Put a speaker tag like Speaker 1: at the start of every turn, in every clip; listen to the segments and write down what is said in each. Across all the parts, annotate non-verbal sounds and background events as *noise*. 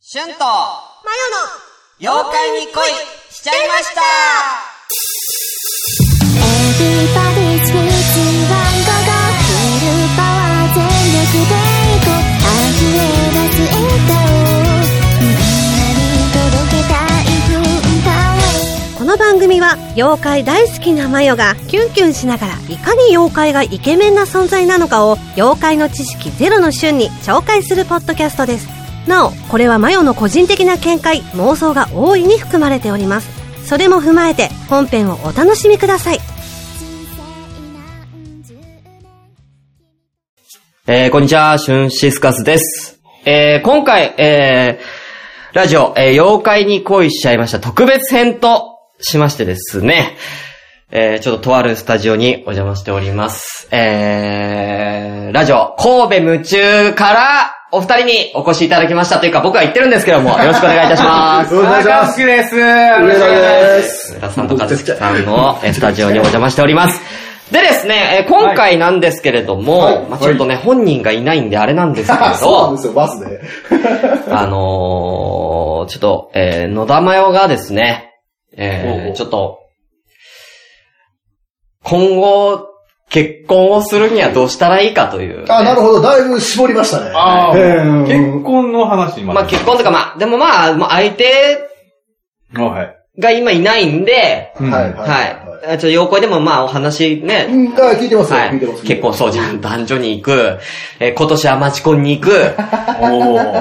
Speaker 1: シュンと、マヨの、妖怪に恋しちゃいました
Speaker 2: Everybody's waiting ワンゴゴフルパワー全力でいこう溢れ出す笑顔をみんなに届けたい文化を
Speaker 3: この番組は妖怪大好きなマヨがキュンキュンしながらいかに妖怪がイケメンな存在なのかを妖怪の知識ゼロの瞬に紹介するポッドキャストですなおこれはマヨの個人的な見解妄想が大いに含まれておりますそれも踏まえて本編をお楽しみください
Speaker 4: えー、こんにちは、シュンシスカスです。えー、今回、えー、ラジオ、えー、妖怪に恋しちゃいました特別編としましてですね、えー、ちょっととあるスタジオにお邪魔しております。えー、ラジオ、神戸夢中からお二人にお越しいただきましたというか僕は言ってるんですけども、よろしくお願いいたします。
Speaker 5: *laughs* お願いします。好きです。上
Speaker 4: で
Speaker 5: です。
Speaker 4: す。浦さんと和樹さんのえースタジオにお邪魔しております。でですね、えー今回なんですけれども、
Speaker 5: はい
Speaker 4: まあちょっとね、本人がいないんであれなんですけれ
Speaker 5: *laughs* そうなん
Speaker 4: ど
Speaker 5: で、すよ、バスで。
Speaker 4: あのー、ちょっと、えー野田真代がですね、えー
Speaker 5: おうおう
Speaker 4: ちょっと、今後、結婚をするにはどうしたらいいかという、
Speaker 5: あ、なるほど、だいぶ絞りましたね。
Speaker 6: ああ、
Speaker 5: うん
Speaker 6: 結婚の話に
Speaker 4: まあ
Speaker 6: 結
Speaker 4: 結婚とか、まあ、でもまあ、まあ相手
Speaker 6: 婚。はい。
Speaker 4: が今いないんで、
Speaker 6: うん
Speaker 5: はい
Speaker 4: はい。あちょっと妖怪でもまあお話ね、
Speaker 5: うん、あ聞いてますよ、
Speaker 4: は
Speaker 5: 聞いてます。
Speaker 4: い。結婚相談、男女に行く、えー今年はマチコンに行く、
Speaker 6: お
Speaker 4: えー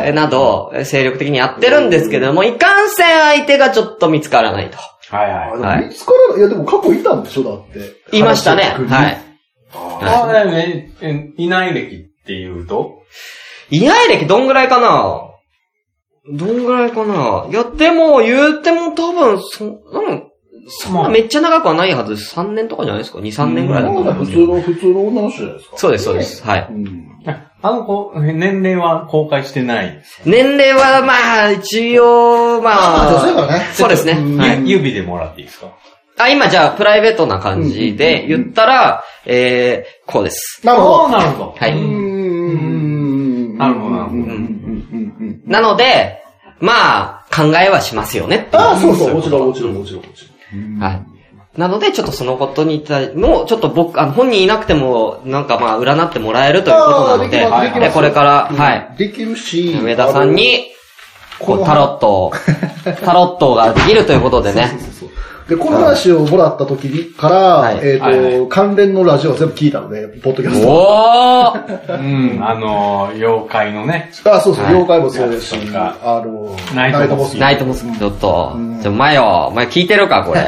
Speaker 6: ー
Speaker 4: など、えー精力的にやってるんですけども、いかんせん相手がちょっと見つからないと。
Speaker 6: はい
Speaker 5: あ。
Speaker 6: はい。
Speaker 5: で
Speaker 4: はい
Speaker 5: も見つからない。いや、でも過去いたんでしょ、だって。。
Speaker 4: 言いましたね。はいい。
Speaker 6: まあね、えいない歴っていうと
Speaker 4: 居合歴どんぐらいかなどんぐらいかないや、でも、言うても多分、そ、うん、そんなめっちゃ長くはないはずです。3年とかじゃないですか ?2、3年ぐらいだと
Speaker 5: ま
Speaker 4: 思
Speaker 5: だ
Speaker 4: いま
Speaker 5: 普
Speaker 4: す
Speaker 5: 通の、普通の女の人じゃないですか。
Speaker 4: そうです、そうです。はい。
Speaker 5: うん。
Speaker 6: あの子、年齢は公開してない。
Speaker 4: 年齢は、まあ、一応、まあ。
Speaker 5: あ女性だね
Speaker 4: そうですね。
Speaker 5: うん
Speaker 4: はい。
Speaker 6: ゆ指でもらっていいですか
Speaker 4: あ、今じゃあ、プライベートな感じで
Speaker 5: うんうんうん
Speaker 4: 言ったら、えー、こうです。
Speaker 5: なるほ
Speaker 6: そう
Speaker 5: ど。
Speaker 6: なるほど。
Speaker 4: はい
Speaker 6: うん
Speaker 5: ん
Speaker 6: なるほどなるほど
Speaker 5: うんうんうんうんうん
Speaker 4: なので、まあ、考えはしますよねっていう
Speaker 5: ああ、そうそう、もちろん、
Speaker 4: こ
Speaker 5: もちろん、もちろん、もちろん。
Speaker 4: とはい。なので、ちょっとそのことに対、もうちょっと僕、あの、本人いなくても、なんかまあ、占ってもらえるということなので、
Speaker 5: あーできます
Speaker 6: できます
Speaker 4: えこれから、
Speaker 5: うん
Speaker 4: はい。。
Speaker 5: できるし、
Speaker 4: 上田さんに、こ
Speaker 5: こ
Speaker 4: う、
Speaker 5: の
Speaker 4: タロッ
Speaker 5: *laughs*
Speaker 4: トを、タロットができるということでね。
Speaker 5: そうそうそうで、この話をもらった時にから、
Speaker 4: はい
Speaker 5: えっ、と、
Speaker 6: はいはい
Speaker 5: 関連のラジオを全部聞いたので、ポッドキャスト。
Speaker 4: おー
Speaker 6: うん、あのー、妖怪のね。
Speaker 5: あ、そうそう、
Speaker 4: はい
Speaker 5: 妖怪もそうですし、
Speaker 6: なんか
Speaker 5: あの、
Speaker 6: ナイトボス
Speaker 4: ナイトモス、ちょっと
Speaker 5: うん、
Speaker 4: ちょ、前よ、前聞いてるか、これ。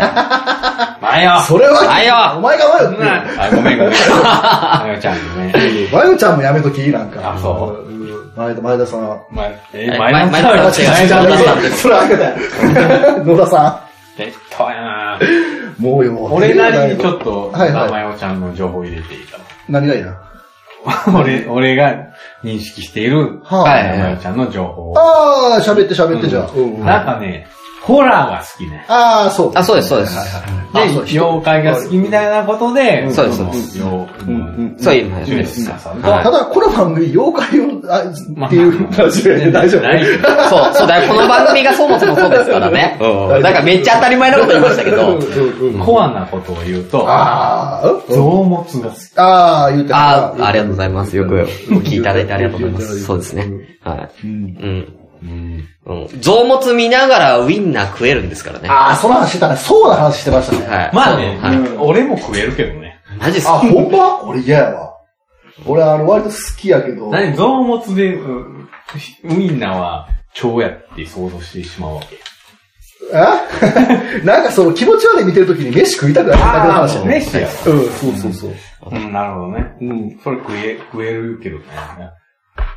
Speaker 6: マヨ
Speaker 5: それは、
Speaker 4: あいや
Speaker 5: お前が迷
Speaker 6: う
Speaker 5: っ
Speaker 6: ん
Speaker 5: てる。
Speaker 6: あ、ごめん
Speaker 5: *laughs*
Speaker 6: ごめん。マヨちゃんのね。
Speaker 5: マヨちゃんもやめとき、なんか。
Speaker 6: あそう
Speaker 5: うん。前田、前田さん。
Speaker 6: ま、え
Speaker 4: え、
Speaker 6: マヨち
Speaker 4: マヨ
Speaker 6: ゃん
Speaker 4: ち
Speaker 6: 違
Speaker 4: ゃん
Speaker 6: う
Speaker 4: 違う
Speaker 6: 違う違う
Speaker 5: *laughs*
Speaker 4: 違う
Speaker 5: それはあげた
Speaker 6: *laughs*
Speaker 5: よ。野田さ。
Speaker 6: えっとやなん
Speaker 5: もうよ。
Speaker 6: 俺なりにちょっと、
Speaker 5: はいはい
Speaker 6: マヨちゃんの情報を入れていた。
Speaker 5: 何がいいな。
Speaker 6: *laughs* 俺、俺が認識している、
Speaker 5: は
Speaker 4: はい
Speaker 6: 山代ちゃんの情報。
Speaker 5: ああ、喋って喋ってじゃあ。うんうん
Speaker 6: なんかね、ホラーが好きね。
Speaker 5: ああ、そう。
Speaker 4: あ、そうです、そうです。
Speaker 6: で、
Speaker 5: あそう
Speaker 6: 妖怪が好きみたいなことで、
Speaker 4: そうです
Speaker 6: の
Speaker 4: そう
Speaker 6: 妖
Speaker 5: うんうん
Speaker 6: うん
Speaker 4: そういう話
Speaker 6: ジュ
Speaker 4: で
Speaker 6: ン
Speaker 4: す。
Speaker 6: シ
Speaker 4: そ
Speaker 6: カ
Speaker 4: う、
Speaker 6: さん
Speaker 4: はい
Speaker 5: ただ、この番組、妖怪を、あっていうラジオやで大丈夫
Speaker 6: *laughs* ないよ
Speaker 4: *laughs* そうだよ。この番組がそもそもそうですから
Speaker 5: *laughs*
Speaker 4: ね。うん。なんかめっちゃ当たり前なこと言いましたけど。
Speaker 6: コアなことを言うと、
Speaker 5: ああ、うん
Speaker 6: 臓物が好き。
Speaker 5: ああ、言うて
Speaker 4: あ
Speaker 5: うん
Speaker 4: あ、ありがとうございます。よくお聞きいただいてありがとうございます。そうですね。はい。
Speaker 5: うん
Speaker 4: うん。うん。臓物見ながらウインナー食えるんですからね。は
Speaker 5: ああ、その話してたね。そうな話してましたね。
Speaker 4: い。
Speaker 6: まあね、
Speaker 4: はい
Speaker 6: うん俺も食えるけどね。
Speaker 4: マジっす
Speaker 5: あ、
Speaker 4: か
Speaker 5: ほんま俺嫌やわ。俺、あの、割と好きやけど。
Speaker 6: 何、臓物で、うんウインナーは腸やって想像してしまうわけ。
Speaker 5: え *laughs* なんかその気持ち悪い見てるときに飯食いたくなるだけの話やね。
Speaker 6: 飯や
Speaker 5: うん、そうそうそう。
Speaker 6: ろ。うん、なるほどね。
Speaker 5: うん。
Speaker 6: それ食え、食えるけどね。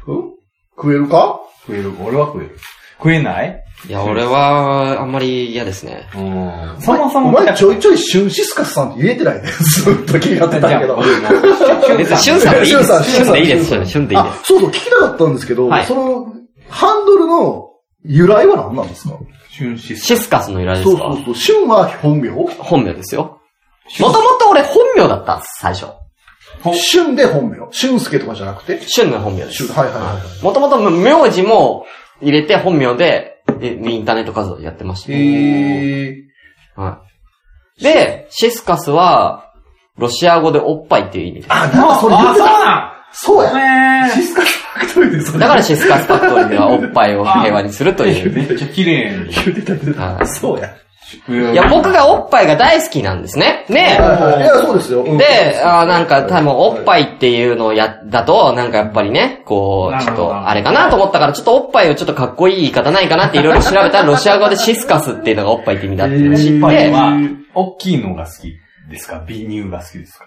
Speaker 5: 食えるか
Speaker 6: 食える、俺は食える。食えない
Speaker 4: いや、俺は、あんまり嫌ですね。
Speaker 6: うん。そもそも。
Speaker 5: お前ちょいちょいシュンシスカスさんって言えてないね。 *laughs* ずっと気になってたけど。
Speaker 6: *laughs*
Speaker 4: 別に、シュンさんでいいで
Speaker 5: シュンさ
Speaker 4: す。
Speaker 5: ん
Speaker 4: シュンでいいです。シ
Speaker 5: シュンさん
Speaker 4: ュンでいいです
Speaker 5: あ、。そうそう、聞きたかったんですけど、
Speaker 4: はい
Speaker 5: その、ハンドルの由来は何なんですか
Speaker 6: 春シス。
Speaker 4: シスカスの由来で
Speaker 5: そ
Speaker 4: す
Speaker 5: うそ
Speaker 4: か
Speaker 5: うそう。シュンは本名
Speaker 4: 本名ですよ。もともと俺本名だったんです、最初。
Speaker 6: ほ
Speaker 5: シュンで本名。シュンスケとかじゃなくて
Speaker 4: シュンの本名で
Speaker 5: シュン、
Speaker 4: す。
Speaker 5: はいはいはい。
Speaker 4: もともと名字も、入れて本名で、えインターネット活動やってました。
Speaker 5: へえ。
Speaker 4: はい。で、シスカスは、ロシア語でおっぱいっていう意味です。
Speaker 5: あ、なんかそれ言ってた。
Speaker 6: あ、
Speaker 5: そう
Speaker 6: そう
Speaker 5: や。
Speaker 6: なん
Speaker 5: シスカスファクトリーでそれ。
Speaker 4: だからシスカスファクトリーではおっぱいを平和にすると
Speaker 5: *laughs*
Speaker 4: いう
Speaker 6: め
Speaker 4: ね。
Speaker 6: っちゃ綺麗に。
Speaker 5: 言ってた言って
Speaker 4: は
Speaker 5: た。
Speaker 4: い
Speaker 5: そうや。
Speaker 4: いや、僕がおっぱいが大好きなんですね。ね
Speaker 5: はいはいいや、そうですよ。うん
Speaker 4: で、あーなんか、多分、おっぱいっていうのをや、だと、なんかやっぱりね、こう、ちょっと、あれかなと思ったから、ちょっとおっぱいをちょっとかっこいい言い方ないかなっていろいろ調べたら、ロシア語でシスカスっていうのがおっぱいって意味だっていうのを知っ
Speaker 6: おっぱい
Speaker 4: て、
Speaker 6: は、大きいのが好きですか微乳が好きですか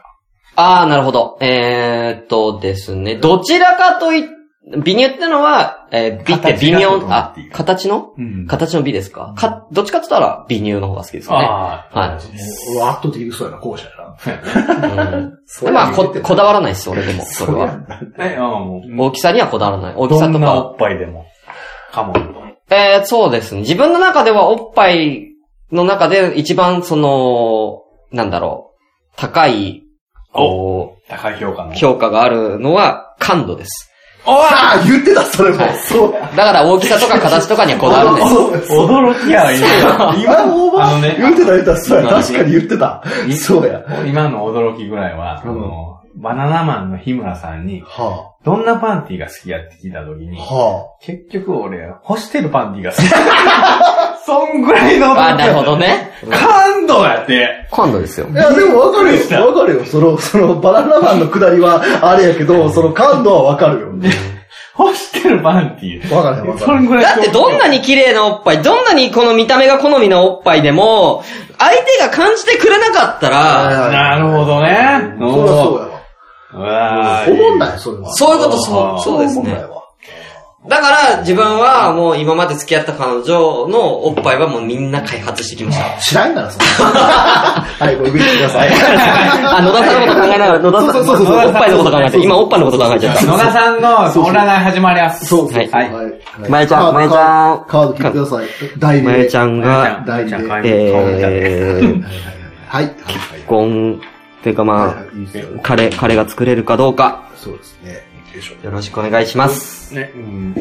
Speaker 4: あー、なるほど。えーっとですね、どちらかとい、微乳ってのは、えー、美って微妙、あ、形の
Speaker 6: うん
Speaker 4: 形の美ですかか、どっちかって言ったら、微乳の方が好きですかね。
Speaker 6: ああ、
Speaker 4: はい
Speaker 5: 俺圧倒的にそうやな、後者やな。
Speaker 4: うん、まあこ、こだわらないです、俺でも、それ
Speaker 5: うや
Speaker 4: は。
Speaker 5: んな。
Speaker 6: え、ああ、もう、
Speaker 4: 大きさにはこだわらない。大き
Speaker 6: ど
Speaker 4: さと
Speaker 6: ん
Speaker 4: か
Speaker 6: な。おっぱいでも。かも。
Speaker 4: えー、そうですね。自分の中ではおっぱいの中で一番その、なんだろう、高い、こ
Speaker 6: 高い評価の。
Speaker 4: う、評価があるのは感度です。
Speaker 5: *laughs* ああ、言ってた、それも
Speaker 4: はい。
Speaker 5: そうや。
Speaker 4: だから大きさとか形とかにはこだわらないです。
Speaker 5: そうそう
Speaker 6: 驚きや、今。
Speaker 5: 今のオーバー
Speaker 6: あのね
Speaker 5: 言ってた言ってた、そうや。
Speaker 6: 今の
Speaker 5: 確かに言ってた。 *laughs* そうや。
Speaker 6: 今の驚きぐらいは、あ
Speaker 5: うん
Speaker 6: の、バナナマンの日村さんに、
Speaker 5: は
Speaker 6: どんなパンティが好きやって聞いたときに
Speaker 5: あ。、は
Speaker 6: 結局俺、干してるパンティが好き。 *laughs* そんぐらいの驚きやった。
Speaker 4: あ、なるほどね。
Speaker 6: 感動やって。
Speaker 4: 感度ですよ
Speaker 5: あ。い。や、でもわか
Speaker 6: びっくりし
Speaker 5: る
Speaker 6: た
Speaker 5: よ。わかるよ。その、その、バナナマンの下りは、あれやけど、その感度はわかるよ。
Speaker 6: 干してるパンティ。
Speaker 5: わからへんわか
Speaker 6: そ
Speaker 5: らへ
Speaker 6: ん
Speaker 5: ん。
Speaker 6: ぐらい。
Speaker 4: だってどんなに綺麗なおっぱい、どんなにこの見た目が好みなおっぱいでも、相手が感じてくれなかったら、
Speaker 6: なるほどね。
Speaker 5: そりゃそうやわ。
Speaker 6: うわー
Speaker 5: 思んない、それは。
Speaker 4: そういうこと、
Speaker 6: あ
Speaker 4: そ
Speaker 6: ー
Speaker 4: う、そうです
Speaker 5: 思ん
Speaker 4: ね
Speaker 5: ない。わ。
Speaker 4: だから、自分はもう今まで付き合った彼女のおっぱいはもうみんな開発してきました。
Speaker 5: 知らんなら、それ。はい、ごめんください。
Speaker 4: あ、野田さんのこと考えながら、野田さん、
Speaker 5: そうそうそうそう
Speaker 4: おっぱいのこと考えてる、今おっぱいのこと考えちゃっ
Speaker 6: 野田さんの占い始まりやす。
Speaker 5: そうそうそう。
Speaker 4: はい
Speaker 5: はい。
Speaker 4: まゆちゃん
Speaker 5: カード
Speaker 4: まゆちゃん
Speaker 5: カード切ってください。題
Speaker 4: た。
Speaker 5: 名。
Speaker 4: まゆちゃんが、
Speaker 5: 大事で
Speaker 6: はい
Speaker 4: えー、
Speaker 5: はい。はい。
Speaker 4: 結婚、っていうか
Speaker 5: は
Speaker 4: まあ、
Speaker 5: い。いいですよ。
Speaker 4: 彼、彼が作れるかどうか、
Speaker 5: そうですね。いいでしょう。
Speaker 4: よろしくお願いします。
Speaker 6: ね、うん、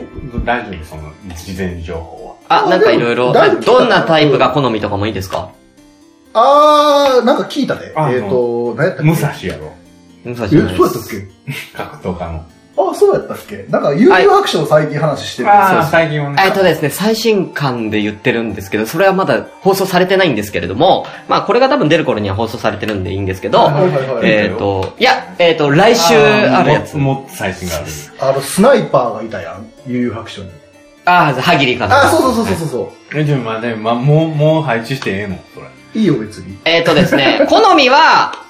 Speaker 6: 大丈夫です、その、事前情報は。
Speaker 4: あ、なんかいろいろ、
Speaker 5: 大丈夫
Speaker 4: どんなタイプが好みとかもいいですか
Speaker 5: あー、なんか聞いたね。
Speaker 6: あ
Speaker 5: えっと、何やったっけ
Speaker 6: 武蔵やろ。
Speaker 4: え、
Speaker 5: え、そうやったっけ
Speaker 6: 格闘家の。
Speaker 5: あ、そうやったっけなんか、有料白書を最近話してる。
Speaker 6: ああ、最近はね。
Speaker 4: えっとですね、最新刊で言ってるんですけど、それはまだ放送されてないんですけれども、まあこれが多分出る頃には放送されてるんでいいんですけど、
Speaker 5: はいはいはい
Speaker 4: えっと、いや、えっと、来週あるやつ。
Speaker 6: ももっと最新がある。
Speaker 5: あの、スナイパーがいたやん。有料白書に。
Speaker 4: ああ、歯切りかな。
Speaker 5: あ、そうそうそうそうそう。
Speaker 6: え、でも、まあ、でも、まあ、もう、もう配置してええのそれ。
Speaker 5: いいよ、別に。
Speaker 4: えっとです
Speaker 5: *laughs*
Speaker 4: ね、好みは、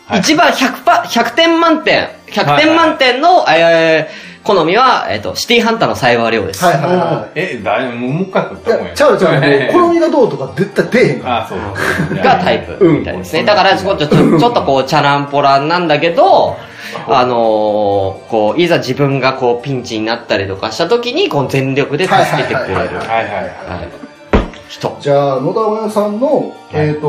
Speaker 6: はい
Speaker 4: 一番100パ、100点満点、100点満点の、えー好みは、えっと、シティハンターのサイバーレオです。
Speaker 5: はいはいは
Speaker 6: え、だいぶ、もう一回撮っ
Speaker 5: い。い
Speaker 6: たもん
Speaker 5: や、
Speaker 6: や。
Speaker 5: ちゃうちゃう。好みがどうとか絶対出えへんから。
Speaker 6: ああ、そう
Speaker 4: *laughs*
Speaker 6: だ。
Speaker 4: がタイプみたいですね。だから、ちょっと、ちょちょっとこう、チャランポランなんだけど、あのーこう、いざ自分がこう、ピンチになったりとかした時に、こう、全力で助けてくれる。
Speaker 5: はいはいはい
Speaker 6: はいはいは
Speaker 4: はい人。
Speaker 5: じゃあ、野田親さんの、えっと、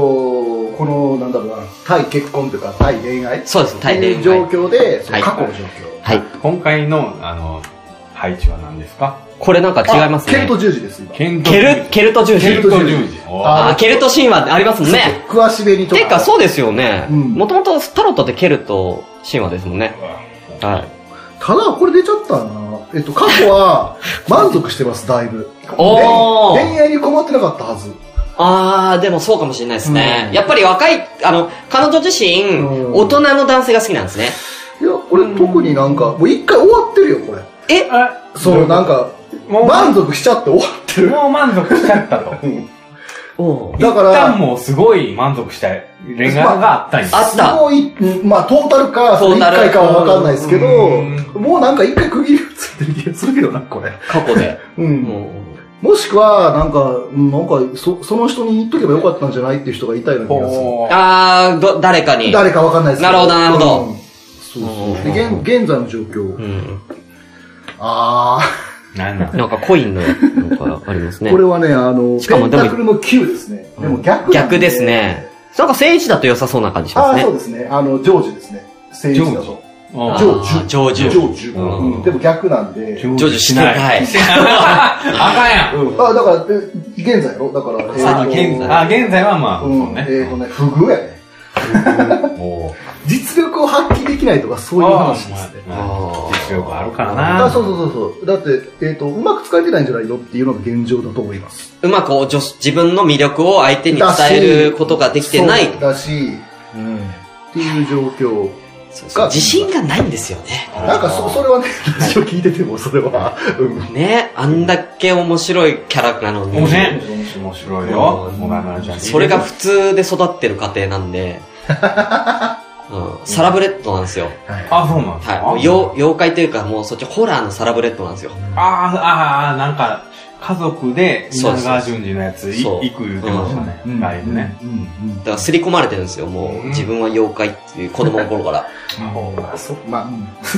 Speaker 5: この、なんだろうな、対結婚というか、対恋愛
Speaker 4: そうですね、大
Speaker 5: っ
Speaker 4: 連
Speaker 5: ていう状況で、そ
Speaker 4: は
Speaker 5: の
Speaker 4: い
Speaker 5: 過去の状
Speaker 4: はい。
Speaker 6: い。今回の、あの、配置は何ですか
Speaker 4: これなんか
Speaker 5: 況。
Speaker 4: 違います
Speaker 5: ケ
Speaker 4: ね
Speaker 5: ル。ト十字です、今。
Speaker 6: 剣道
Speaker 4: ケル、ケルト十字。
Speaker 6: ケルト十字。
Speaker 4: あー、ケルト神話ありますもんね。
Speaker 5: 詳しめにちょっと。
Speaker 4: てか、そうですよね。
Speaker 5: うん
Speaker 4: もともとタロットってケルト神話ですもんね。はい。
Speaker 5: ただ、これ出ちゃったな。えっと、過
Speaker 4: *laughs*
Speaker 5: 去は満足してます、だいぶ。
Speaker 4: おー
Speaker 5: で恋愛に困ってなかったはず。
Speaker 4: あー、でもそうかもしれないですね。
Speaker 5: うん
Speaker 4: やっぱり若い、あの、彼女自身、
Speaker 5: うん
Speaker 4: 大人の男性が好きなんですね。
Speaker 5: いや、俺特になんか、もう一回終わってるよ、これ。
Speaker 4: え
Speaker 6: あ
Speaker 5: そう、なんか、
Speaker 6: もう
Speaker 5: 満足しちゃって終わってる。
Speaker 6: もう満足しちゃったと。
Speaker 4: おう
Speaker 5: だから
Speaker 6: 一旦もうすごい満足した恋愛があったんです。
Speaker 4: あった
Speaker 5: もうい、うんまあ、トータルか、そ
Speaker 4: ト
Speaker 5: の
Speaker 4: ー
Speaker 5: 一
Speaker 4: タル
Speaker 5: 回かは分かんないですけど、
Speaker 6: うん
Speaker 5: もうなんか一回区切りがついてる気がするけどな、これ。
Speaker 4: 過去で。
Speaker 5: うん。
Speaker 4: も
Speaker 5: もしくは、なんか、うんなんか、そ、その人に言っとけばよかったんじゃないっていう人がいたような気がする。
Speaker 4: う
Speaker 6: ほー
Speaker 4: あー、ど、誰かに。
Speaker 5: 誰かわかんないですけ
Speaker 4: なるほどなるほど
Speaker 5: うんそうそう。で、現、現在の状況。
Speaker 4: うん。
Speaker 5: あー、
Speaker 6: なんなん
Speaker 4: なんかコインの、なんかありますね
Speaker 5: こ。れはね、あの、
Speaker 4: しかもで
Speaker 5: ペ
Speaker 4: も
Speaker 5: ンタクルの9ですね。でも逆なん
Speaker 4: 逆ですね。なんか聖一だと良さそうな感じし
Speaker 5: あ
Speaker 4: ま
Speaker 5: ー、
Speaker 4: す
Speaker 5: そう
Speaker 4: ね。
Speaker 5: ですね。あの、ジョージですね。政治だ
Speaker 6: ジョ
Speaker 5: と。
Speaker 6: あー
Speaker 5: 成就。
Speaker 4: 成就
Speaker 5: 成就。
Speaker 6: うん
Speaker 5: うんでも逆なんで。
Speaker 6: 成
Speaker 4: 成就して *laughs* ない。
Speaker 6: あかんやん。
Speaker 5: あ、だから、え現在やろだから、え
Speaker 6: あ、
Speaker 5: ーと
Speaker 6: 現在。あ、現在はまあ、
Speaker 5: う、
Speaker 6: そうんね。
Speaker 5: えっとね、不遇やね。
Speaker 6: おー
Speaker 5: 実力を発揮できないとか、そういう話ですね。
Speaker 6: あーまあ
Speaker 4: あー
Speaker 6: 実力あるから
Speaker 5: あ
Speaker 6: な。
Speaker 5: そうそうそうそう。だって、えっ、と、うまく使えてないんじゃないのっていうのが現状だと思います。
Speaker 4: うまくお女自分の魅力を相手に伝えることができてない。
Speaker 5: そうだし、うん。っていう状況。
Speaker 4: そうそう自信がないんですよね。
Speaker 5: なんかそ、それはね、ラジオ聞いてても、それは、うん。
Speaker 4: ねあんだけ面白いキャラなのに。
Speaker 6: 面白い。面白いよ。小川奈々ちゃん。
Speaker 4: それが普通で育ってる家庭なんで、うん、サラブレッドなんですよ。
Speaker 6: あ、そうなんですか
Speaker 4: はい。よう妖怪というか、もうそっちホラーのサラブレッドなんですよ。
Speaker 6: あーあー、なんか、家族で、
Speaker 4: そう
Speaker 6: 稲川淳二のやつ、い
Speaker 4: そう
Speaker 6: 行く言ってました
Speaker 5: う
Speaker 6: ね。
Speaker 5: ん
Speaker 6: ライブね。。
Speaker 5: うん。うん
Speaker 4: だから刷り込まれてるんですよ、もう
Speaker 6: う
Speaker 4: ん自分は妖怪っていう子供の頃から。
Speaker 5: まあ、そう、まあ、う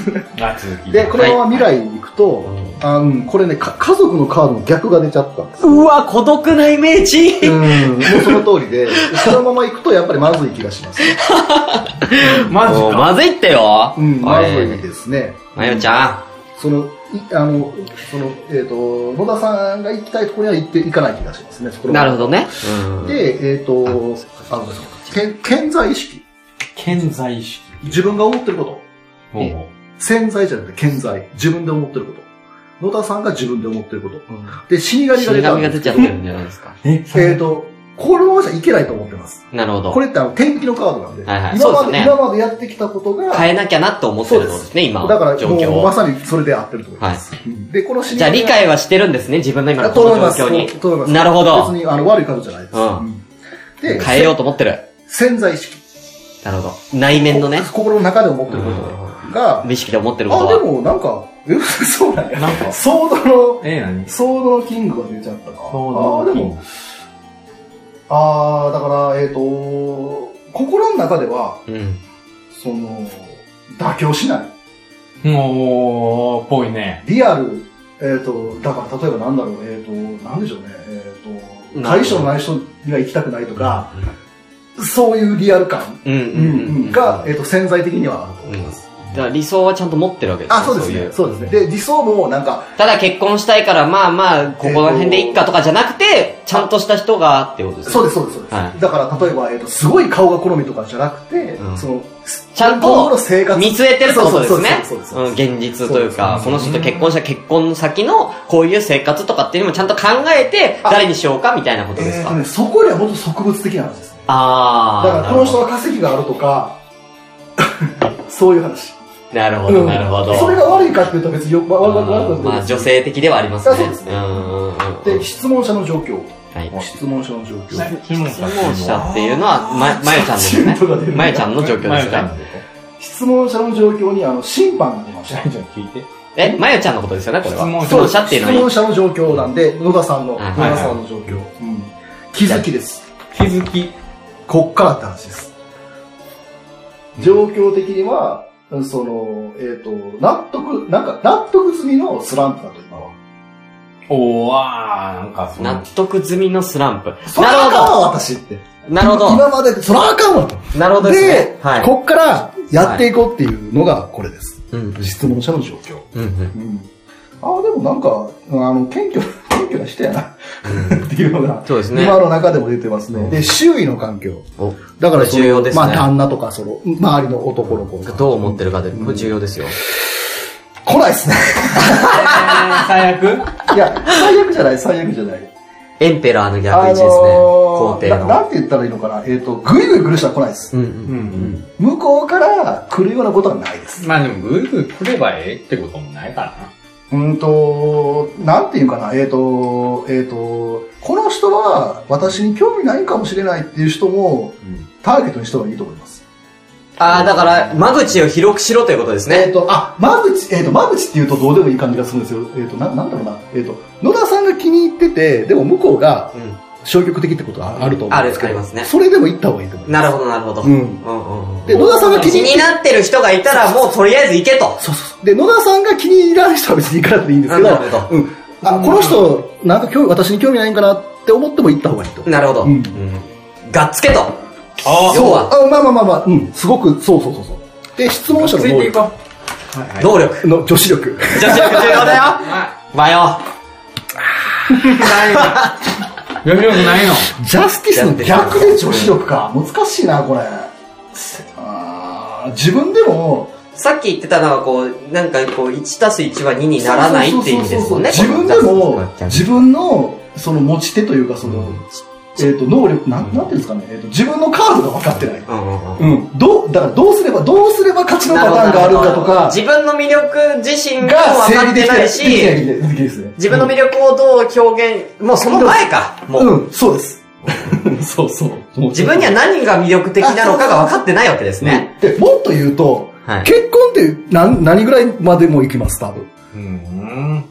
Speaker 5: ん
Speaker 6: が続き。
Speaker 5: で、このまま未来に行くと、あうん、これねか、家族のカードの逆が出ちゃったんです。
Speaker 4: うわ、孤独なイメージ
Speaker 5: うん、もうその通りで、そのまま行くとやっぱりまずい気がします。
Speaker 6: マジ
Speaker 4: もう
Speaker 6: か。
Speaker 4: まずいってよ
Speaker 5: うん、ま
Speaker 4: あ
Speaker 5: ず
Speaker 4: れ
Speaker 5: いですね。
Speaker 4: まゆちゃ
Speaker 5: その、いあの、その、えっ、と、野田さんが行きたいところには行って、行かない気がしますね、そこ
Speaker 4: ん。
Speaker 5: の
Speaker 4: なるほど。ね。うん
Speaker 5: で、えっ、と、あの、け健在意識。
Speaker 6: 健在意識。
Speaker 5: 自分が思ってること。
Speaker 6: ほうほう
Speaker 5: 潜在じゃなくて健在。自分で思ってること。野田さんが自分で思ってること。で、死神が出
Speaker 4: 死
Speaker 5: た
Speaker 4: 神
Speaker 5: ん
Speaker 4: が
Speaker 5: です
Speaker 4: 出ちゃってるんじゃないですか。
Speaker 6: え、
Speaker 5: えっ、と、このままじゃいけないと思ってます。
Speaker 4: なるほど。
Speaker 5: これってあの、天気のカードなんで、
Speaker 4: はいはい
Speaker 5: 今ま
Speaker 4: そう
Speaker 5: で、
Speaker 4: ですね
Speaker 5: 今までやってきたことが、
Speaker 4: 変えなきゃなと思ってるってことですね、今
Speaker 5: だから
Speaker 4: の状況
Speaker 5: もうま
Speaker 4: を。
Speaker 5: さにそれで合ってると思います。うんで、この死神
Speaker 4: じゃあ理解はしてるんですね、自分の今の
Speaker 5: だ
Speaker 4: こと
Speaker 5: 思い
Speaker 4: の
Speaker 5: ます
Speaker 4: 状況に。
Speaker 5: と思います
Speaker 4: なるほど
Speaker 5: 別にあの悪いカードじゃないです。
Speaker 4: うん
Speaker 5: うんで、
Speaker 4: 変えようと思ってる。
Speaker 5: 潜在意識。
Speaker 4: なるほど。内面のね、
Speaker 5: 心の中で思ってることが、
Speaker 4: 無意識で思ってること
Speaker 5: あ、で
Speaker 4: は。
Speaker 5: もなんか、えそうなんや。
Speaker 6: なんか、
Speaker 5: ソードの、
Speaker 6: え、何
Speaker 5: ソードのキングが出ちゃったか。
Speaker 6: そ
Speaker 5: あ
Speaker 6: う
Speaker 5: ーでも、あー、だから、えっ、と心の中では、
Speaker 4: うん。
Speaker 5: その、妥協しない。
Speaker 6: もう、ぽいね。
Speaker 5: リアル、えっ、と、だから例えばなんだろう、えっ、と、なんでしょうね、えっ、と、
Speaker 4: なるほど
Speaker 5: 対象のない人には行きたくないとか、そういうリアル感
Speaker 4: うんうんうん。
Speaker 5: が、
Speaker 4: う
Speaker 5: えっ、と、潜在的にはあると思い
Speaker 4: ん。だ
Speaker 5: ます。
Speaker 4: から理想はちゃんと持ってるわけですね
Speaker 5: あ、そうですね。
Speaker 4: そ
Speaker 5: そうう
Speaker 4: い
Speaker 5: ですね。で、理想もなんか、
Speaker 4: ただ結婚したいから、まあまあ、ここら辺でいっかとかじゃなくて、ちゃんとした人がってことですね
Speaker 5: そうです、そうです、そうです。
Speaker 4: は
Speaker 5: だから、例えば、えっ、と、すごい顔が好みとかじゃなくて、
Speaker 4: うん
Speaker 5: その、
Speaker 4: ちゃん
Speaker 5: 今後
Speaker 4: と
Speaker 5: の生活
Speaker 4: 見据えてるってことですね
Speaker 5: そうそうそうそうそうです。
Speaker 4: うん現実というか、こ
Speaker 5: そう
Speaker 4: の
Speaker 5: です
Speaker 4: 人と結婚した結婚先のこういう生活とかっていうのもちゃんと考えて、
Speaker 5: あ
Speaker 4: 誰にしようかみたいなことで
Speaker 5: え
Speaker 4: す
Speaker 5: っ、と
Speaker 4: か
Speaker 5: ね、そこには本当植物的な話ですね。だ
Speaker 4: あー。
Speaker 5: から、この人は稼ぎがあるとか、そういう話。
Speaker 4: なるほど、なるほど。
Speaker 5: うんそれが悪いかっていうと別によ、わわわ悪く
Speaker 4: うん
Speaker 5: な
Speaker 4: ま
Speaker 5: い
Speaker 4: あ
Speaker 5: です
Speaker 4: 女性的ではありますね。
Speaker 5: あそうですね
Speaker 4: んうんうんうん
Speaker 5: で、質問者の状況。
Speaker 4: はい。
Speaker 5: 質問者の状況。
Speaker 6: 質問
Speaker 4: 質問者っていうのは、ま、まゆちゃんですね
Speaker 5: ちょっとヒントが出る。ね
Speaker 4: まゆちゃんの状況
Speaker 6: ま
Speaker 4: で
Speaker 6: ゆ
Speaker 4: す
Speaker 6: ちゃん
Speaker 4: ね
Speaker 6: の。こと
Speaker 5: 質問者の状況に、あの、審判が出ました。
Speaker 6: まゆちゃん聞いて。
Speaker 4: え、まゆちゃんのことですよね、これは。
Speaker 6: 質問者
Speaker 4: 質問者っていうの
Speaker 5: 質
Speaker 4: はいい
Speaker 5: 問。者の状況なんで、野田さんの、野
Speaker 4: はい
Speaker 5: 田
Speaker 4: はい
Speaker 5: さんの状況。うん気づきです。
Speaker 6: 気づき。
Speaker 5: こっからって話です。状況的には、その、えっ、と、納得、なんか、納得済みのスランプだと今は。
Speaker 6: おー、あー、なんかそ
Speaker 4: 納
Speaker 6: の、
Speaker 4: 得済みのスランプ。なる
Speaker 5: そらあかん
Speaker 4: ほ
Speaker 5: わ、私って。
Speaker 4: ど。なるほど。
Speaker 5: 今までって、そらあかんわと。
Speaker 4: なるほどですね
Speaker 5: で。、
Speaker 4: はい。
Speaker 5: こっからやっていこうっていうのがこれで
Speaker 4: うんう
Speaker 5: す。
Speaker 4: ん
Speaker 5: 質問者の状況。
Speaker 4: うんうん
Speaker 5: うん。ああ、でもなんか、あの、謙虚、 *laughs* 謙虚な人やな。っていうのが、
Speaker 4: そうですね
Speaker 5: 今の中でも出てますね。で、周囲の環境。
Speaker 4: お
Speaker 5: だから
Speaker 4: これ
Speaker 5: そ
Speaker 4: 重要
Speaker 5: の、
Speaker 4: ですね
Speaker 5: まあ、旦那とか、その、周りの男の子が。
Speaker 4: どう思ってるかで、これ重要ですよ。
Speaker 5: 来ないっ
Speaker 4: *laughs*
Speaker 5: すね。
Speaker 6: 最悪
Speaker 5: いや、最悪じゃない、最悪じゃない。
Speaker 4: エンペラーの逆
Speaker 5: あ
Speaker 4: 位
Speaker 5: の
Speaker 4: 置ですね。皇帝
Speaker 5: ーなな
Speaker 4: の。
Speaker 5: んて言ったらいいのかな。えっと、ぐいぐい来る人は来ないです。
Speaker 4: うんう。
Speaker 6: うんん
Speaker 5: 向こうから来るようなことはないです。
Speaker 6: まあでも、ぐいぐい来ればええってこともないからな。
Speaker 5: うんと、なんていうかな、えっ、と、えっ、と、この人は私に興味ないかもしれないっていう人もターゲットにした方がいいと思います。
Speaker 4: ああ、だから、間口を広くしろということです
Speaker 5: えっ、
Speaker 4: ね。
Speaker 5: と、あ、間口、えっ、と、間口っていうとどうでもいい感じがするんですよ。えっ、と、ななんだろうな、えっ、と、野田さんが気に入ってて、でも向こうが
Speaker 4: うん
Speaker 5: 消極的ってことはあると思うんですけ
Speaker 4: あるあり
Speaker 5: ど、
Speaker 4: ますね
Speaker 5: それでも行った方がいいと思います。
Speaker 4: なるほど、なるほど。
Speaker 5: うん
Speaker 4: うんうん。
Speaker 5: で、野田さんが気
Speaker 4: 気
Speaker 5: に入
Speaker 4: に
Speaker 5: って、
Speaker 4: なってる人がいたら、もうとりあえず行けと。
Speaker 5: そうそうそう。で、野田さんが気に入らない人は別に行かなくていいんですけど、
Speaker 4: あなるほど
Speaker 5: うん。あ、この人、なんか興味、私に興味ないんかなって思っても行った方がいいと思う。
Speaker 4: なるほど。
Speaker 5: うん
Speaker 4: うんがっつけと。
Speaker 6: あ
Speaker 4: 要
Speaker 5: そう
Speaker 4: は、
Speaker 5: あまあまあまあまあ、うん、すごく、そうそうそうそう。で、質問者の
Speaker 6: つい
Speaker 5: 能
Speaker 6: ていこ
Speaker 5: 力。
Speaker 6: う。はいはい。
Speaker 4: 能力。
Speaker 5: の女子力。
Speaker 4: 女子力重要だよ
Speaker 6: は
Speaker 4: マヨ。
Speaker 6: い。ないの。余力ないの。
Speaker 5: ジャスティスの逆で女子力か。難しいな、これ。あー自分でも、
Speaker 4: *laughs* さっき言ってたのは、こう、なんかこう、1たす1は2にならないっていう意味ですもんね。
Speaker 5: そうそうそう自
Speaker 4: この
Speaker 5: 分でも、
Speaker 4: 雑誌
Speaker 5: 自分の、その持ち手というか、その、えっ、と、能力、なん、なんていうんですかね、えーと、自分のカードが分かってない。
Speaker 4: うんうんうん
Speaker 5: うん。どう、だからどうすれば、どうすれば勝ちのパターンがあるんだとか、
Speaker 4: 自分の魅力自身も分
Speaker 5: が整
Speaker 4: か
Speaker 5: 理
Speaker 4: っ
Speaker 5: で
Speaker 4: て
Speaker 5: き
Speaker 4: ない
Speaker 5: てできてない
Speaker 4: し、
Speaker 5: できてないですね。
Speaker 4: 自分の魅力をどう表現、もうその前か。もう、
Speaker 5: うん、そうです。そうそう。
Speaker 4: 自分には何が魅力的なのかが分かってないわけですね。
Speaker 5: で、もっと言うと、
Speaker 4: はい
Speaker 5: 結婚って何何ぐらいまでも行きます、多分。
Speaker 6: うん。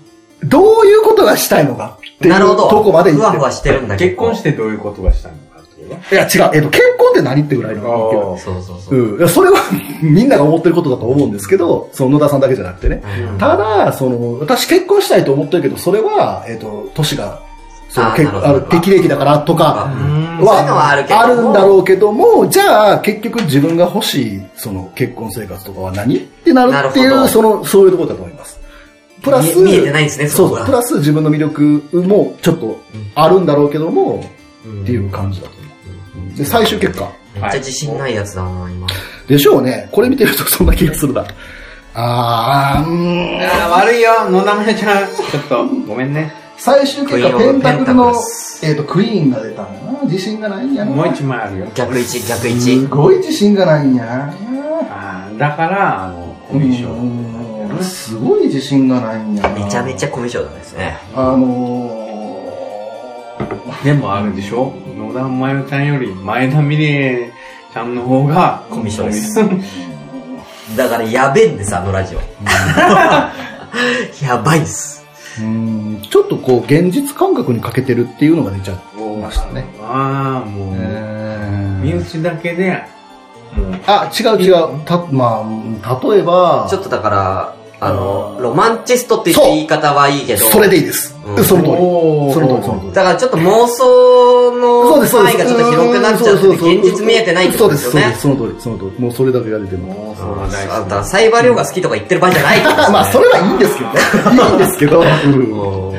Speaker 5: どういうことがしたいのかっていう
Speaker 4: なるほ
Speaker 5: と
Speaker 4: ど。
Speaker 5: こまで
Speaker 4: ふ
Speaker 5: 行っ
Speaker 4: わ
Speaker 5: て
Speaker 4: ふ
Speaker 5: る
Speaker 4: わしてるんだけど。
Speaker 6: 結婚してどういうことがしたのかっていうね。
Speaker 5: いや、違う。えっ、と、結婚って何ってぐらいのこと言ってる
Speaker 6: あ。
Speaker 4: そうそうそう。
Speaker 5: うんいや、それは *laughs* みんなが思ってることだと思うんですけど、その野田さんだけじゃなくてね。
Speaker 4: うん
Speaker 5: ただ、その、私結婚したいと思ってるけど、それは、えっ、と、年が、その
Speaker 4: あー
Speaker 5: 結
Speaker 4: なるほど
Speaker 5: ある、適齢期だからと
Speaker 4: う
Speaker 5: か、
Speaker 4: んそういうのは
Speaker 5: は
Speaker 4: あるけども。
Speaker 5: あるんだろうけども、じゃあ、結局自分が欲しい、その、結婚生活とかは何ってなるってい
Speaker 4: なるほ
Speaker 5: う、
Speaker 4: ど
Speaker 5: その、そういうところだと思います。プラス、
Speaker 4: 見見えてないんですね、
Speaker 5: そ
Speaker 4: そうこ
Speaker 5: そう、
Speaker 4: が
Speaker 5: プ。ラス自分の魅力もちょっとあるんだろうけども、
Speaker 4: うん
Speaker 5: っていう感じだと思う。で、最終結果。
Speaker 4: めっちゃ自信ないやつだな、今。
Speaker 5: でしょうね。これ見てるとそんな気がするな。あー、うーん。
Speaker 6: あー悪いよ、野田めちゃん。ちょっと、ごめんね。
Speaker 5: 最終結
Speaker 4: クイーン
Speaker 5: 果、
Speaker 4: オ
Speaker 5: ペ
Speaker 4: ブ
Speaker 5: ンタクル
Speaker 4: ペンタ
Speaker 5: の
Speaker 4: クルス、
Speaker 5: えっ、と、クイーンが出たんやな。自信がないんやな。
Speaker 6: もう一枚あるよ。
Speaker 4: 逆一、逆
Speaker 5: す
Speaker 4: 一。
Speaker 5: ごい自信がないんやな。
Speaker 6: あーだから、あの、コミュ障。
Speaker 5: うんすごい自信がないんやな。
Speaker 4: めちゃめちゃコミュ障なんですね。
Speaker 5: あのー、
Speaker 6: でもあるでしょ野田真代ちゃんより前田美玲ちゃんの方が
Speaker 4: コミュ障です
Speaker 6: コミュ障
Speaker 4: だからやべえんです、あのラジオ。やばいっす。
Speaker 5: うんちょっとこう、現実感覚に欠けてるっていうのが出ちゃいましたね。
Speaker 6: ああ、もう、身内だけで、もう、
Speaker 5: あ、違う違う。た、まあうん、例えば、
Speaker 4: ちょっとだから、あ
Speaker 5: あ
Speaker 4: の、
Speaker 5: ー
Speaker 4: ロマンチストっていう言い方はいいけど、
Speaker 5: それでいいで
Speaker 4: う
Speaker 5: す。
Speaker 4: ん
Speaker 5: その通り。
Speaker 6: おー
Speaker 5: その通り、その通り。
Speaker 4: だからちょっと妄想
Speaker 5: そう
Speaker 4: の
Speaker 5: です、そうで
Speaker 4: 範
Speaker 5: す。
Speaker 4: 囲がちょっと広くなっちゃうと
Speaker 5: うんそうそう
Speaker 4: 現
Speaker 5: そう
Speaker 4: 実見えてないって
Speaker 5: そ
Speaker 4: こと
Speaker 5: うで、
Speaker 4: ですすよ
Speaker 5: そうで
Speaker 4: ね
Speaker 5: す。。その通り、その通り。もうそれだけが出ても。
Speaker 6: 妄想
Speaker 4: あ
Speaker 6: が大
Speaker 4: ーあん
Speaker 6: 好
Speaker 4: た、サイバー量が好きとか言ってる場合じゃないと。
Speaker 5: *laughs* まあ、それはいいんです
Speaker 4: *laughs*
Speaker 5: けどね。いいんですけど。うん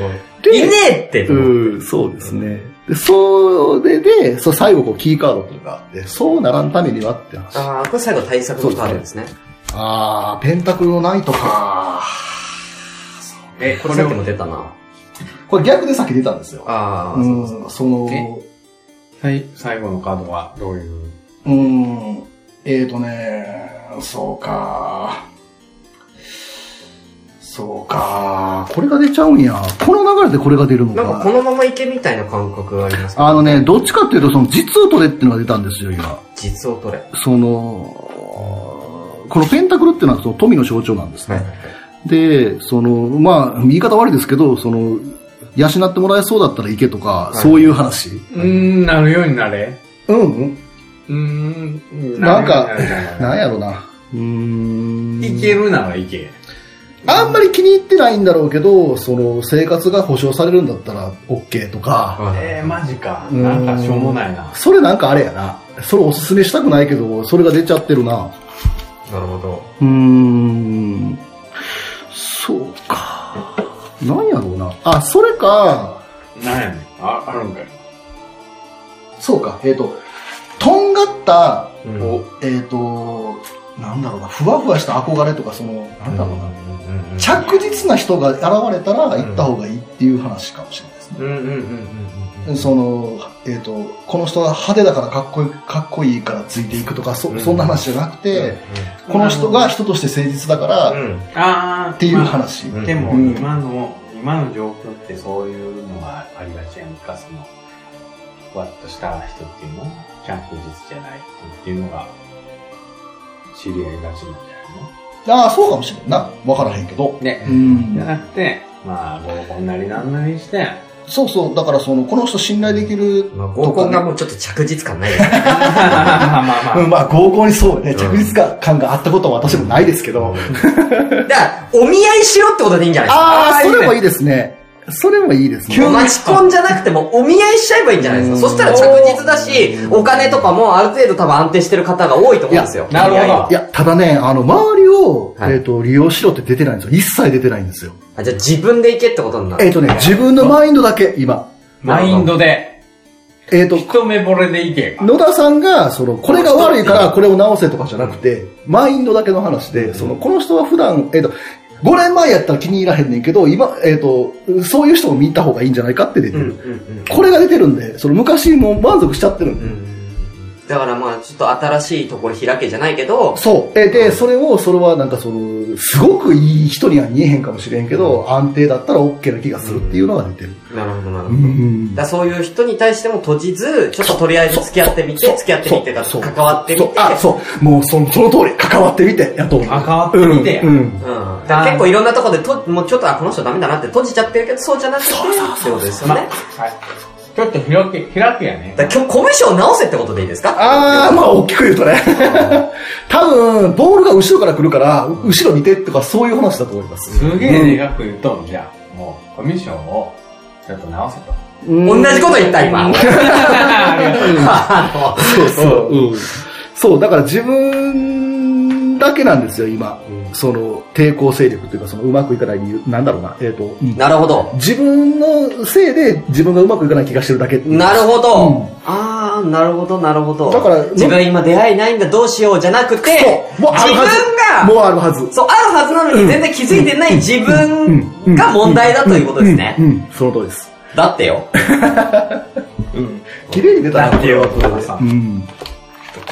Speaker 4: いねえって。
Speaker 5: うん、そうですね。で、それで、そう最後、こう、キーカードとかがあって、そうならんためにはって話。
Speaker 4: ああ、これ最後対策のカードですね。
Speaker 5: あー、ペンタクルのナイトか。
Speaker 6: き。え、
Speaker 4: こ
Speaker 6: こ
Speaker 4: れさ
Speaker 6: れ
Speaker 4: っ
Speaker 6: を
Speaker 4: きも出たな。
Speaker 5: これ逆でさっき出たんですよ。
Speaker 4: ああ、そう
Speaker 5: うん、その、
Speaker 6: えはい最後のカードはどういう
Speaker 5: うーん。えーとね、そうか。そうか。これが出ちゃうんや。この流れでこれが出るの
Speaker 4: なんかこ
Speaker 5: か。
Speaker 4: のままいけみたいな感覚ありますか
Speaker 5: あのね、どっちかっていうと、その、実を取れっていうのが出たんですよ、今。
Speaker 4: 実を取れ。
Speaker 5: その、このペンタクルっていうのはその富の象徴なんですね。で、その、まあ、言い方悪いですけど、その、養ってもらえそうだったら行けとか、
Speaker 4: い
Speaker 5: そういう話。
Speaker 6: うーん、なるようになれ。
Speaker 5: うん、
Speaker 6: うーん、
Speaker 5: なんか
Speaker 6: なるようになれ
Speaker 5: なんやろな。うーん。
Speaker 6: いけるならいけ。
Speaker 5: あんまり気に入ってないんだろうけど、その生活が保障されるんだったら OK とか、
Speaker 6: えー、マジか。
Speaker 5: うん
Speaker 6: なんかしょうもないな。
Speaker 5: それなんかあれやな。それおすすめしたくないけど、それが出ちゃってるな。
Speaker 4: なるほど。
Speaker 5: うーん。そうか。なんやろうな。あ、それか、
Speaker 6: なんやねん。あ、あるんかい。
Speaker 5: そうか、えっ、と、とんがった、
Speaker 4: うん
Speaker 6: お、
Speaker 5: えっ、と、なんだろうな、ふわふわした憧れとか、その、なんだろうな、着実な人が現れたら行った方がいいっていう話かもしれないですね。
Speaker 4: うんうんうんうんうん
Speaker 5: その、えっ、と、この人は派手だからかっこいい、かっこいいからついていくとか、そ、そんな話じゃなくて、この人が人として誠実だから、
Speaker 4: う
Speaker 5: っ
Speaker 4: ん。うん。
Speaker 6: あー
Speaker 5: ていう話。
Speaker 4: うん
Speaker 6: でも
Speaker 5: うん
Speaker 6: 今の、今の状況ってそういうのがありがちやんか、その、ふわっとした人っていうの着実じゃない人っていうのが、知り合いがちなんじ
Speaker 5: ああ、そうかもしれんな。わからへんけど。
Speaker 6: ゃないの
Speaker 5: う
Speaker 6: ね。じゃ
Speaker 5: ん。
Speaker 6: なくて、まあ、合コンなりなんなりして、
Speaker 5: そうそう、だからその、この人信頼できる
Speaker 4: まあ、合
Speaker 5: と
Speaker 4: コ
Speaker 5: か
Speaker 4: ン
Speaker 5: ね、
Speaker 4: がもうちょっと着実感ない。
Speaker 6: *laughs* まあまあま
Speaker 5: うん、
Speaker 6: あ。
Speaker 5: まあ合コンにそうね、着実感感があったことは私も
Speaker 6: *laughs*
Speaker 5: ないですけど。
Speaker 4: だから、お見合いしろってことでいいんじゃないですか。
Speaker 5: ああ、
Speaker 6: あー
Speaker 5: それもいいですね。それもいいですね。
Speaker 4: 落ち込んじゃなくても、お見合いしちゃえばいいんじゃないですか。そしたら着実だし、お金とかもある程度多分安定してる方が多いと思うんですよ。
Speaker 6: なるほど
Speaker 5: いや、ただね、あの、周りを、
Speaker 4: はい
Speaker 5: えっ、と、利用しろって出てないんですよ。一切出てないんですよ。
Speaker 4: あじゃあ自分で行けってことになる。
Speaker 5: えっ、とね、自分のマインドだけ、今。
Speaker 6: マインドで、
Speaker 5: えっ、と、
Speaker 6: 一目惚れでいけば。
Speaker 5: 野田さんが、その、これが悪いからこれを直せとかじゃなくて、マインドだけの話で、その、この人は普段、えっ、と、5年前やったら気に入らへんねんけど、今、えっ、と、そういう人を見た方がいいんじゃないかって出て
Speaker 4: うんうん
Speaker 5: る。
Speaker 4: うん。
Speaker 5: これが出てるんで、その昔もう満足しちゃってるんで。
Speaker 4: だからまあ、ちょっと新しいところ開けじゃないけど、
Speaker 5: そう。え、で、それを、それはなんかその、すごくいい人には見えへんかもしれんけど、安定だったら OK な気がするっていうのが出てる。
Speaker 4: なるほどなるほ
Speaker 5: う
Speaker 4: ど。
Speaker 5: ん
Speaker 4: だからそういう人に対しても閉じず、ちょっととりあえず付き合ってみて、付き合ってみてだと
Speaker 5: そう
Speaker 4: 関わってみて
Speaker 5: そう、あ、そう。もうその、その通り、関わってみて、やと思う。
Speaker 6: 関わってみてや
Speaker 5: うん。うん
Speaker 4: うん。だから結構いろんなところでと、もうちょっと、あ、この人ダメだなって閉じちゃってるけど、そうじゃなくて、ってことですよね。だか
Speaker 6: はい。ちょっと開け、開くやね。
Speaker 4: ら今日、コミュ障直せってことでいいですか
Speaker 5: あー、まあ大きく言うとね。 *laughs* 多分、ボールが後ろから来るから、後ろ見てとかそういう話だと思います。
Speaker 6: すげえでかく言うと、じゃあ、もう、コミッションを、ちょっと直せと。
Speaker 5: 同
Speaker 4: 同じこと言った、今。
Speaker 6: ありがとう
Speaker 4: *laughs* あの
Speaker 5: そうそう、うん。そう、だから自分だけなんですよ、今。その、抵抗勢力というか、その、うまくいかない理由、なんだろうな、えっ、と、うん
Speaker 4: なるほど。
Speaker 5: 自分のせいで自分がうまくいかない気がしてるだけっていう
Speaker 4: なるほど。
Speaker 5: うん
Speaker 4: ああ、なるほど、なるほど。
Speaker 5: だから
Speaker 4: 自分今出会いないんだ、どうしようじゃなくて、
Speaker 5: そう、もうあ
Speaker 4: 自
Speaker 5: る
Speaker 4: 分
Speaker 5: はず。
Speaker 4: が、
Speaker 5: もうあるはず。
Speaker 4: そう、あるはずなのに全然気づいてない自分が問題だということです
Speaker 5: う
Speaker 4: ね。
Speaker 5: ん、その通りです。
Speaker 4: だってよ。
Speaker 5: 綺麗に出たな、これは。
Speaker 6: ございます。
Speaker 5: うん。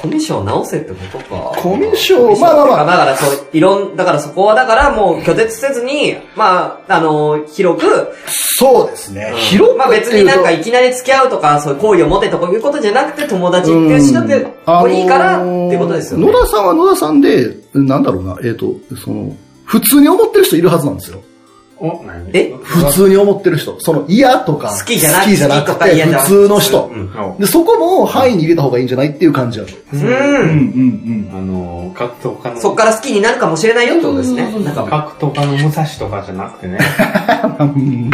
Speaker 4: コミュ障直せってことか。
Speaker 5: コミュ障、まあまあまあ。
Speaker 4: だから、そう、いろん、だからそこは、だからもう拒絶せずに、まあ、あの、広く、
Speaker 5: そうですね
Speaker 4: うん。
Speaker 5: 広く
Speaker 4: まあ別になんかいきなり付き合うとか、そういう好意を持てとかいうことじゃなくて、友達っていう人でもいいから、っていうことですよね
Speaker 5: 野。田さんは野田さんで、なんだろうな、えっ、と、その、普通に思ってる人いるはずなんですよ。
Speaker 6: お、何
Speaker 4: え
Speaker 5: 普通に思ってる人。その嫌とか、
Speaker 4: 好きじゃなく
Speaker 5: 好きじゃな
Speaker 4: 好き
Speaker 5: く
Speaker 4: とか
Speaker 5: て、
Speaker 4: 嫌じゃな
Speaker 5: 普
Speaker 4: くて
Speaker 5: 通の人
Speaker 4: う。ん
Speaker 6: の
Speaker 5: で、そこも範囲に入れた方がいいんじゃないっていう感じだと。
Speaker 4: う
Speaker 5: う
Speaker 4: ん。
Speaker 5: んうん
Speaker 6: あの、格闘家の、
Speaker 4: そっから好きになるかもしれないよってことですね。なんか、
Speaker 6: 格闘家の武蔵とかじゃなくてね。
Speaker 5: うん。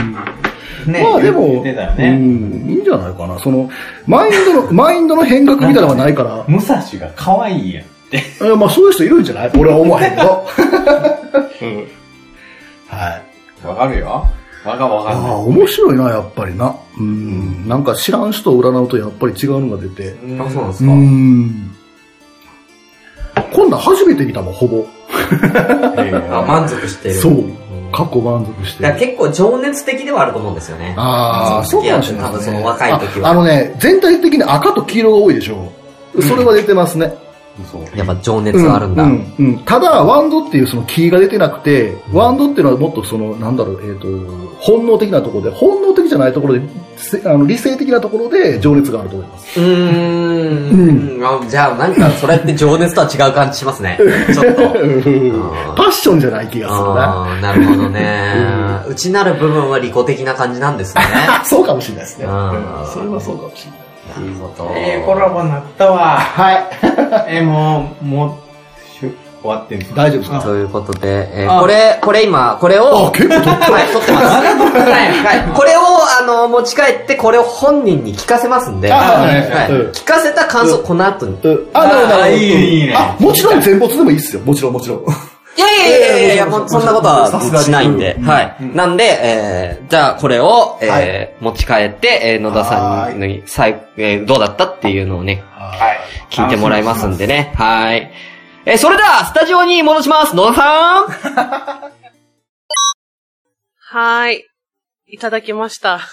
Speaker 6: ね
Speaker 5: まあでも、
Speaker 6: 言ってたよ
Speaker 5: う
Speaker 6: ね。
Speaker 5: ん、いいんじゃないかな。その、マインドの、マインドの変革みたいなのがない
Speaker 4: *laughs*
Speaker 5: から、
Speaker 6: 武蔵が可愛いやん。
Speaker 5: えまあそういう人いるんじゃない俺は思わへんけ
Speaker 4: *laughs*
Speaker 5: ど。
Speaker 6: う
Speaker 5: はい。
Speaker 6: ん。わかるよ。わがわ
Speaker 5: あ
Speaker 6: かん
Speaker 5: あ、
Speaker 6: ない。
Speaker 5: 面白いな、やっぱりな。うん。なんか知らん人を占うとやっぱり違うのが出て。
Speaker 4: あそうなんです
Speaker 5: う
Speaker 4: か。
Speaker 5: ん。こんなん初めて見たもん、ほぼ。
Speaker 6: えー
Speaker 4: あ満足してる。
Speaker 5: そう。過去満足して
Speaker 4: だから
Speaker 5: る。
Speaker 4: 結構情熱的ではあると思うんですよね。
Speaker 5: ああ、
Speaker 4: そ
Speaker 5: そうう
Speaker 4: 付き
Speaker 5: か
Speaker 4: 合う
Speaker 5: も
Speaker 4: と
Speaker 5: しれない、ね。
Speaker 4: 多分その若い時は
Speaker 5: ああのね、全体的に赤と黄色が多いでしょ。それは出てますね。
Speaker 6: そう。
Speaker 4: やっぱ情熱はあるんだ。
Speaker 5: うんうんただ、ワンドっていうそのキーが出てなくて、ワンドっていうのはもっとその、なんだろう、えっ、と、本能的なところで、本能的じゃないところで、せあの理性的なところで情熱があると思います。
Speaker 4: うーん。あじゃあ、なんか、それって情熱とは違う感じしますね。ちょっと。
Speaker 5: パッションじゃない気がするな。
Speaker 4: ああ、なるほどね。うちなる部分は利己的な感じなんですね。
Speaker 5: あそうかもしれないですね。うん
Speaker 4: あー
Speaker 5: それはそうかもしれない。
Speaker 4: なるほど。
Speaker 6: ええ、コラボなったわ。
Speaker 5: はい。
Speaker 6: *laughs* えー、もう、もう、しゅ終わってんすか
Speaker 5: 大丈夫ですか
Speaker 4: ということで、えー
Speaker 6: あ
Speaker 4: これ、これ今、これを、
Speaker 5: あ、結構取っ
Speaker 4: はい、撮ってます。はい、これを、あの、持ち帰って、これを本人に聞かせますんで、
Speaker 5: あ
Speaker 6: はい
Speaker 4: はい
Speaker 5: うん
Speaker 4: 聞かせた感想、この後に。
Speaker 5: うんあ、なるほどなる
Speaker 6: *laughs* あ
Speaker 5: ほど。
Speaker 6: いいいいね
Speaker 5: あ、もちろん全没でもいいっすよ。もちろんもちろん。
Speaker 4: いやいやいやいやいや、
Speaker 5: いやいや
Speaker 4: もうそんなこと
Speaker 5: さす
Speaker 4: は
Speaker 5: がに
Speaker 4: しないんで。
Speaker 5: うん
Speaker 4: はい。なんで、えー、じゃあこれを、えー
Speaker 5: は
Speaker 4: 持ち帰って、えー、野田さんに、さいえーどうだったっていうのをね、
Speaker 6: はい。
Speaker 4: 聞いてもらいますんでね。はい。えー、それでは、スタジオに戻します野田さん
Speaker 7: はーい。いただきました。
Speaker 4: *laughs*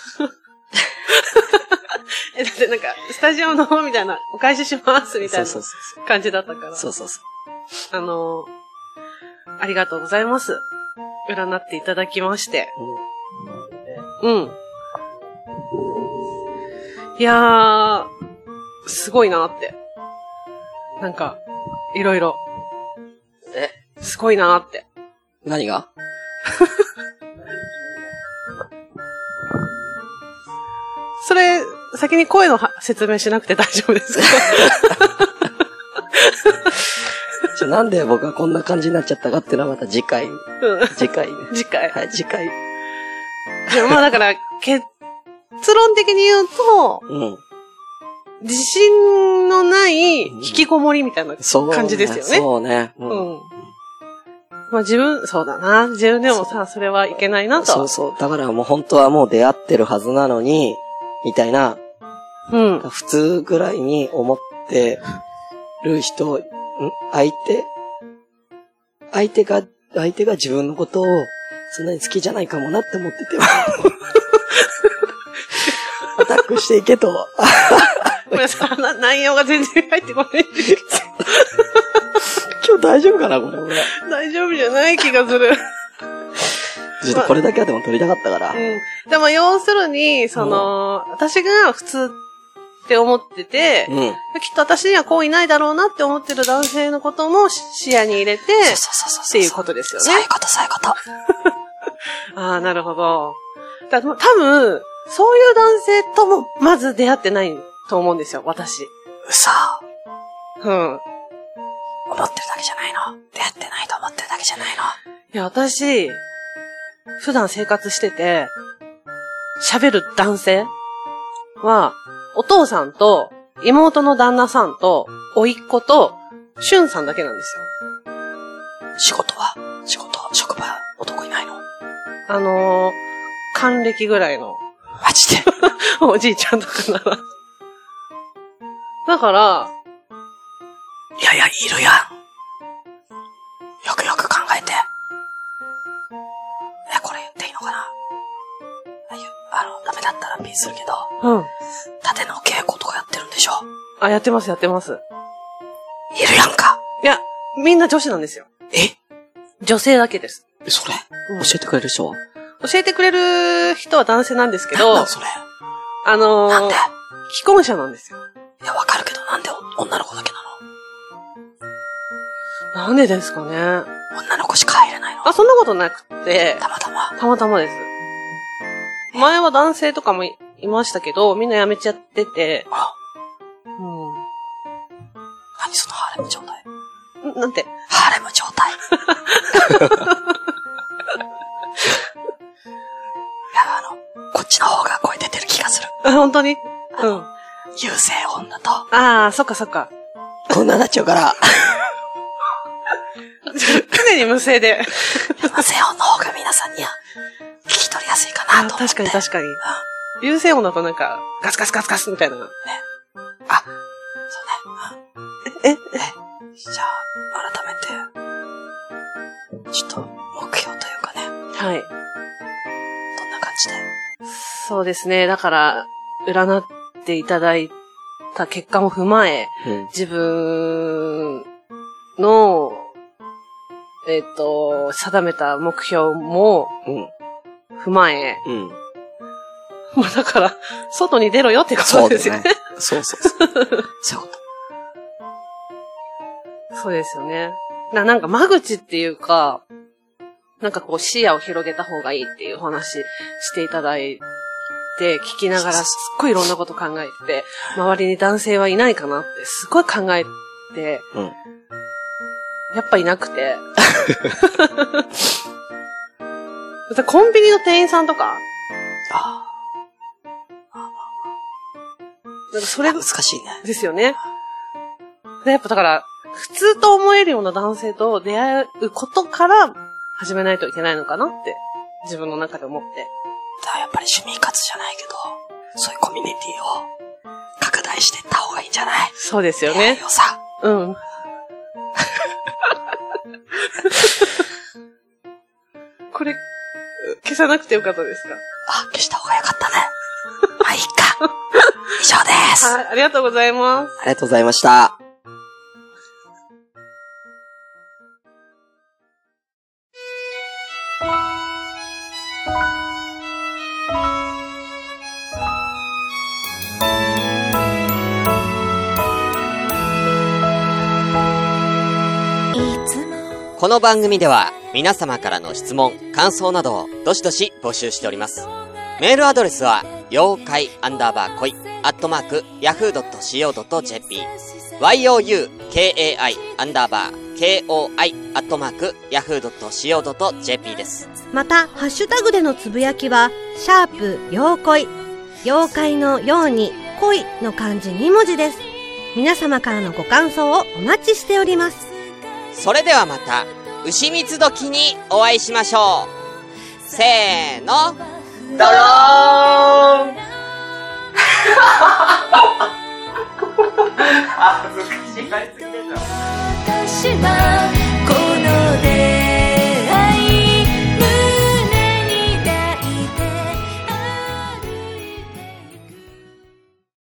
Speaker 7: え、だってなんか、スタジオの方みたいな、お返ししますみたいな
Speaker 4: そう
Speaker 7: 感じだったから。
Speaker 4: そうそうそう。
Speaker 7: あのーありがとうございます。占っていただきまして。うん。いやー、すごいなって。なんか、いろいろ。
Speaker 4: え
Speaker 7: すごいなって。
Speaker 4: 何が
Speaker 7: それ、先に声のは説明しなくて大丈夫
Speaker 8: *laughs*
Speaker 7: ですか
Speaker 8: ちょなんで僕がこんな感じになっちゃったかっていうのはまた次回、
Speaker 7: うん。
Speaker 8: 次回ね。
Speaker 7: 次回。
Speaker 8: はい、次回。
Speaker 7: でもまあだから、結論的に言うと、
Speaker 8: うん。
Speaker 7: 自信のない引きこもりみたいな
Speaker 8: そうね。
Speaker 7: 感じですよね。
Speaker 8: そうね。
Speaker 7: う
Speaker 8: うん。
Speaker 7: ん。まあ自分、そうだな。自分でもさ、それはいけないな
Speaker 8: そう
Speaker 7: と。
Speaker 8: そう。だからもう本当はもう出会ってるはずなのに、みたいな、
Speaker 7: うん。
Speaker 8: 普通ぐらいに思ってる人、ん相手相手が、相手が自分のことをそんなに好きじゃないかもなって思って
Speaker 7: *laughs*
Speaker 8: て。アタックしてい
Speaker 7: *laughs*
Speaker 8: けと。
Speaker 7: ごめんなさい。な内容が全然入ってこない。 *laughs*
Speaker 8: 今日大丈夫かなこれ、俺。
Speaker 7: 大丈夫じゃない気がする。
Speaker 8: ちょっとこれだけはでも撮りたかったか
Speaker 7: う
Speaker 8: ら。
Speaker 7: ん。でも要するに、その、私が普通って思ってて、
Speaker 8: うん。そう
Speaker 7: *laughs* きっと私には好意ないだろうなって思ってる男性のことも視視野に入れて、
Speaker 8: そう
Speaker 7: っ
Speaker 8: そうそう。
Speaker 7: ていうことですよね。
Speaker 8: そういうこと、そういうこと。
Speaker 7: ああ、なるほど。だ多分、そういう男性とも、まず出会ってないと思うんですよ、私。
Speaker 8: 嘘。
Speaker 7: うん。
Speaker 8: 思ってるだけじゃないの。出会ってないと思ってるだけじゃないの。
Speaker 7: いや、私、普段生活してて、喋る男性は、お父さんと、妹の旦那さんと、おいっ子と、しゅんさんだけなんですよ。
Speaker 8: 仕事は仕事、職場、男いないの
Speaker 7: あのー、還暦ぐらいの
Speaker 8: マジで。
Speaker 7: *laughs* おじいちゃんとかなら。だから、
Speaker 8: いやいや、いるやん。よくよく考えて。え、これ言っていいのかなあゆあの、ダメだったらピンするけど、
Speaker 7: うん。
Speaker 8: 縦の稽古とかやってるんでしょ
Speaker 7: あ、やってます、やってます。
Speaker 8: いるやんか。
Speaker 7: いや、みんな女子なんですよ。
Speaker 8: え
Speaker 7: 女性だけです。
Speaker 8: それ、
Speaker 7: うん
Speaker 8: 教えてくれるでしょ
Speaker 7: 教えてくれる人は男性なんですけ
Speaker 8: なん
Speaker 7: ど
Speaker 8: なん、それ。
Speaker 7: あのー
Speaker 8: なんで
Speaker 7: 既婚者なんですよ。
Speaker 8: いや、わかるけど、なんでお女の子だけな
Speaker 7: なんでですかね。あ、
Speaker 8: の女の子しか入れないの
Speaker 7: そんなことなくて、
Speaker 8: たまたま。
Speaker 7: たまたまです。前は男性とかもいいましたけど、みんな辞めちゃってて、
Speaker 8: あ
Speaker 7: う
Speaker 8: 何そのハーレム状態。
Speaker 7: ん。んなんて、 *laughs*
Speaker 8: ハーレム状態。いや、あの、こっちの方が声出てる気がする。
Speaker 7: あ本当にうん。
Speaker 8: 優勢女と。
Speaker 7: ああ、そっかそっか。 *laughs*
Speaker 8: こんなになっちゃうから、
Speaker 7: 常に無声で。
Speaker 8: 優勢女の方が皆さんには聞き取りやすいか
Speaker 7: あ
Speaker 8: なと思って。
Speaker 7: 確かに確かに。優勢音だとなんか、ガツガツガツガツみたいな。
Speaker 8: そうね。え、え、じゃあ、改めて、ちょっと目標というかね、どん
Speaker 7: はい。
Speaker 8: な感じで。
Speaker 7: そうですね。だから、占っていただいた結果も踏まえ、自分の、えっ、と、定めた目標も
Speaker 8: うん、
Speaker 7: 踏まえ、
Speaker 8: うん。
Speaker 7: まあだから、外に出ろよってことですよね。。
Speaker 8: そうそうそう。そういうこと。
Speaker 7: そうですよね。な、なんか間口っていうか、なんかこう視野を広げた方がいいっていうお話していただいて、聞きながらすっごいいろんなこと考えてて、周りに男性はいないかなってすごい考えて、
Speaker 8: うん
Speaker 7: やっぱいなくて。 *laughs* コンビニの店員さんとか、
Speaker 8: あ
Speaker 7: なんかそ
Speaker 8: あ、
Speaker 7: れ
Speaker 8: 難しいね。
Speaker 7: ですよね。でやっぱだから、普通と思えるような男性と出会うことから始めないといけないのかなって、自分の中で思って。
Speaker 8: だからやっぱり趣味活じゃないけど、そういうコミュニティを拡大していった方がいいんじゃない
Speaker 7: そうですよ
Speaker 8: 出会
Speaker 7: ね
Speaker 8: い。をさ。
Speaker 7: うん。 *laughs* これ、消さなくてよかったです
Speaker 8: あ、消した方がよかったね。まあ、いいか。以上で
Speaker 7: か
Speaker 8: す。あ
Speaker 7: はい、ありがとうございます。
Speaker 8: りがとうございました。
Speaker 9: この番組では皆様からの質問、感想などをどしどし募集しております。メールアドレスは、妖怪アンダーバー恋、アットマーク、yahoo.co.jp、youkai アンダーバー koi.yahoo.co.jp です。
Speaker 3: また、ハッシュタグでのつぶやきは、シャープ、妖怪。妖怪のように、恋の漢字2文字です。皆様からのご感想をお待ちしております。
Speaker 9: それではまた、牛蜜時にお会いしましょう。せーの。
Speaker 4: ドローン
Speaker 2: 私は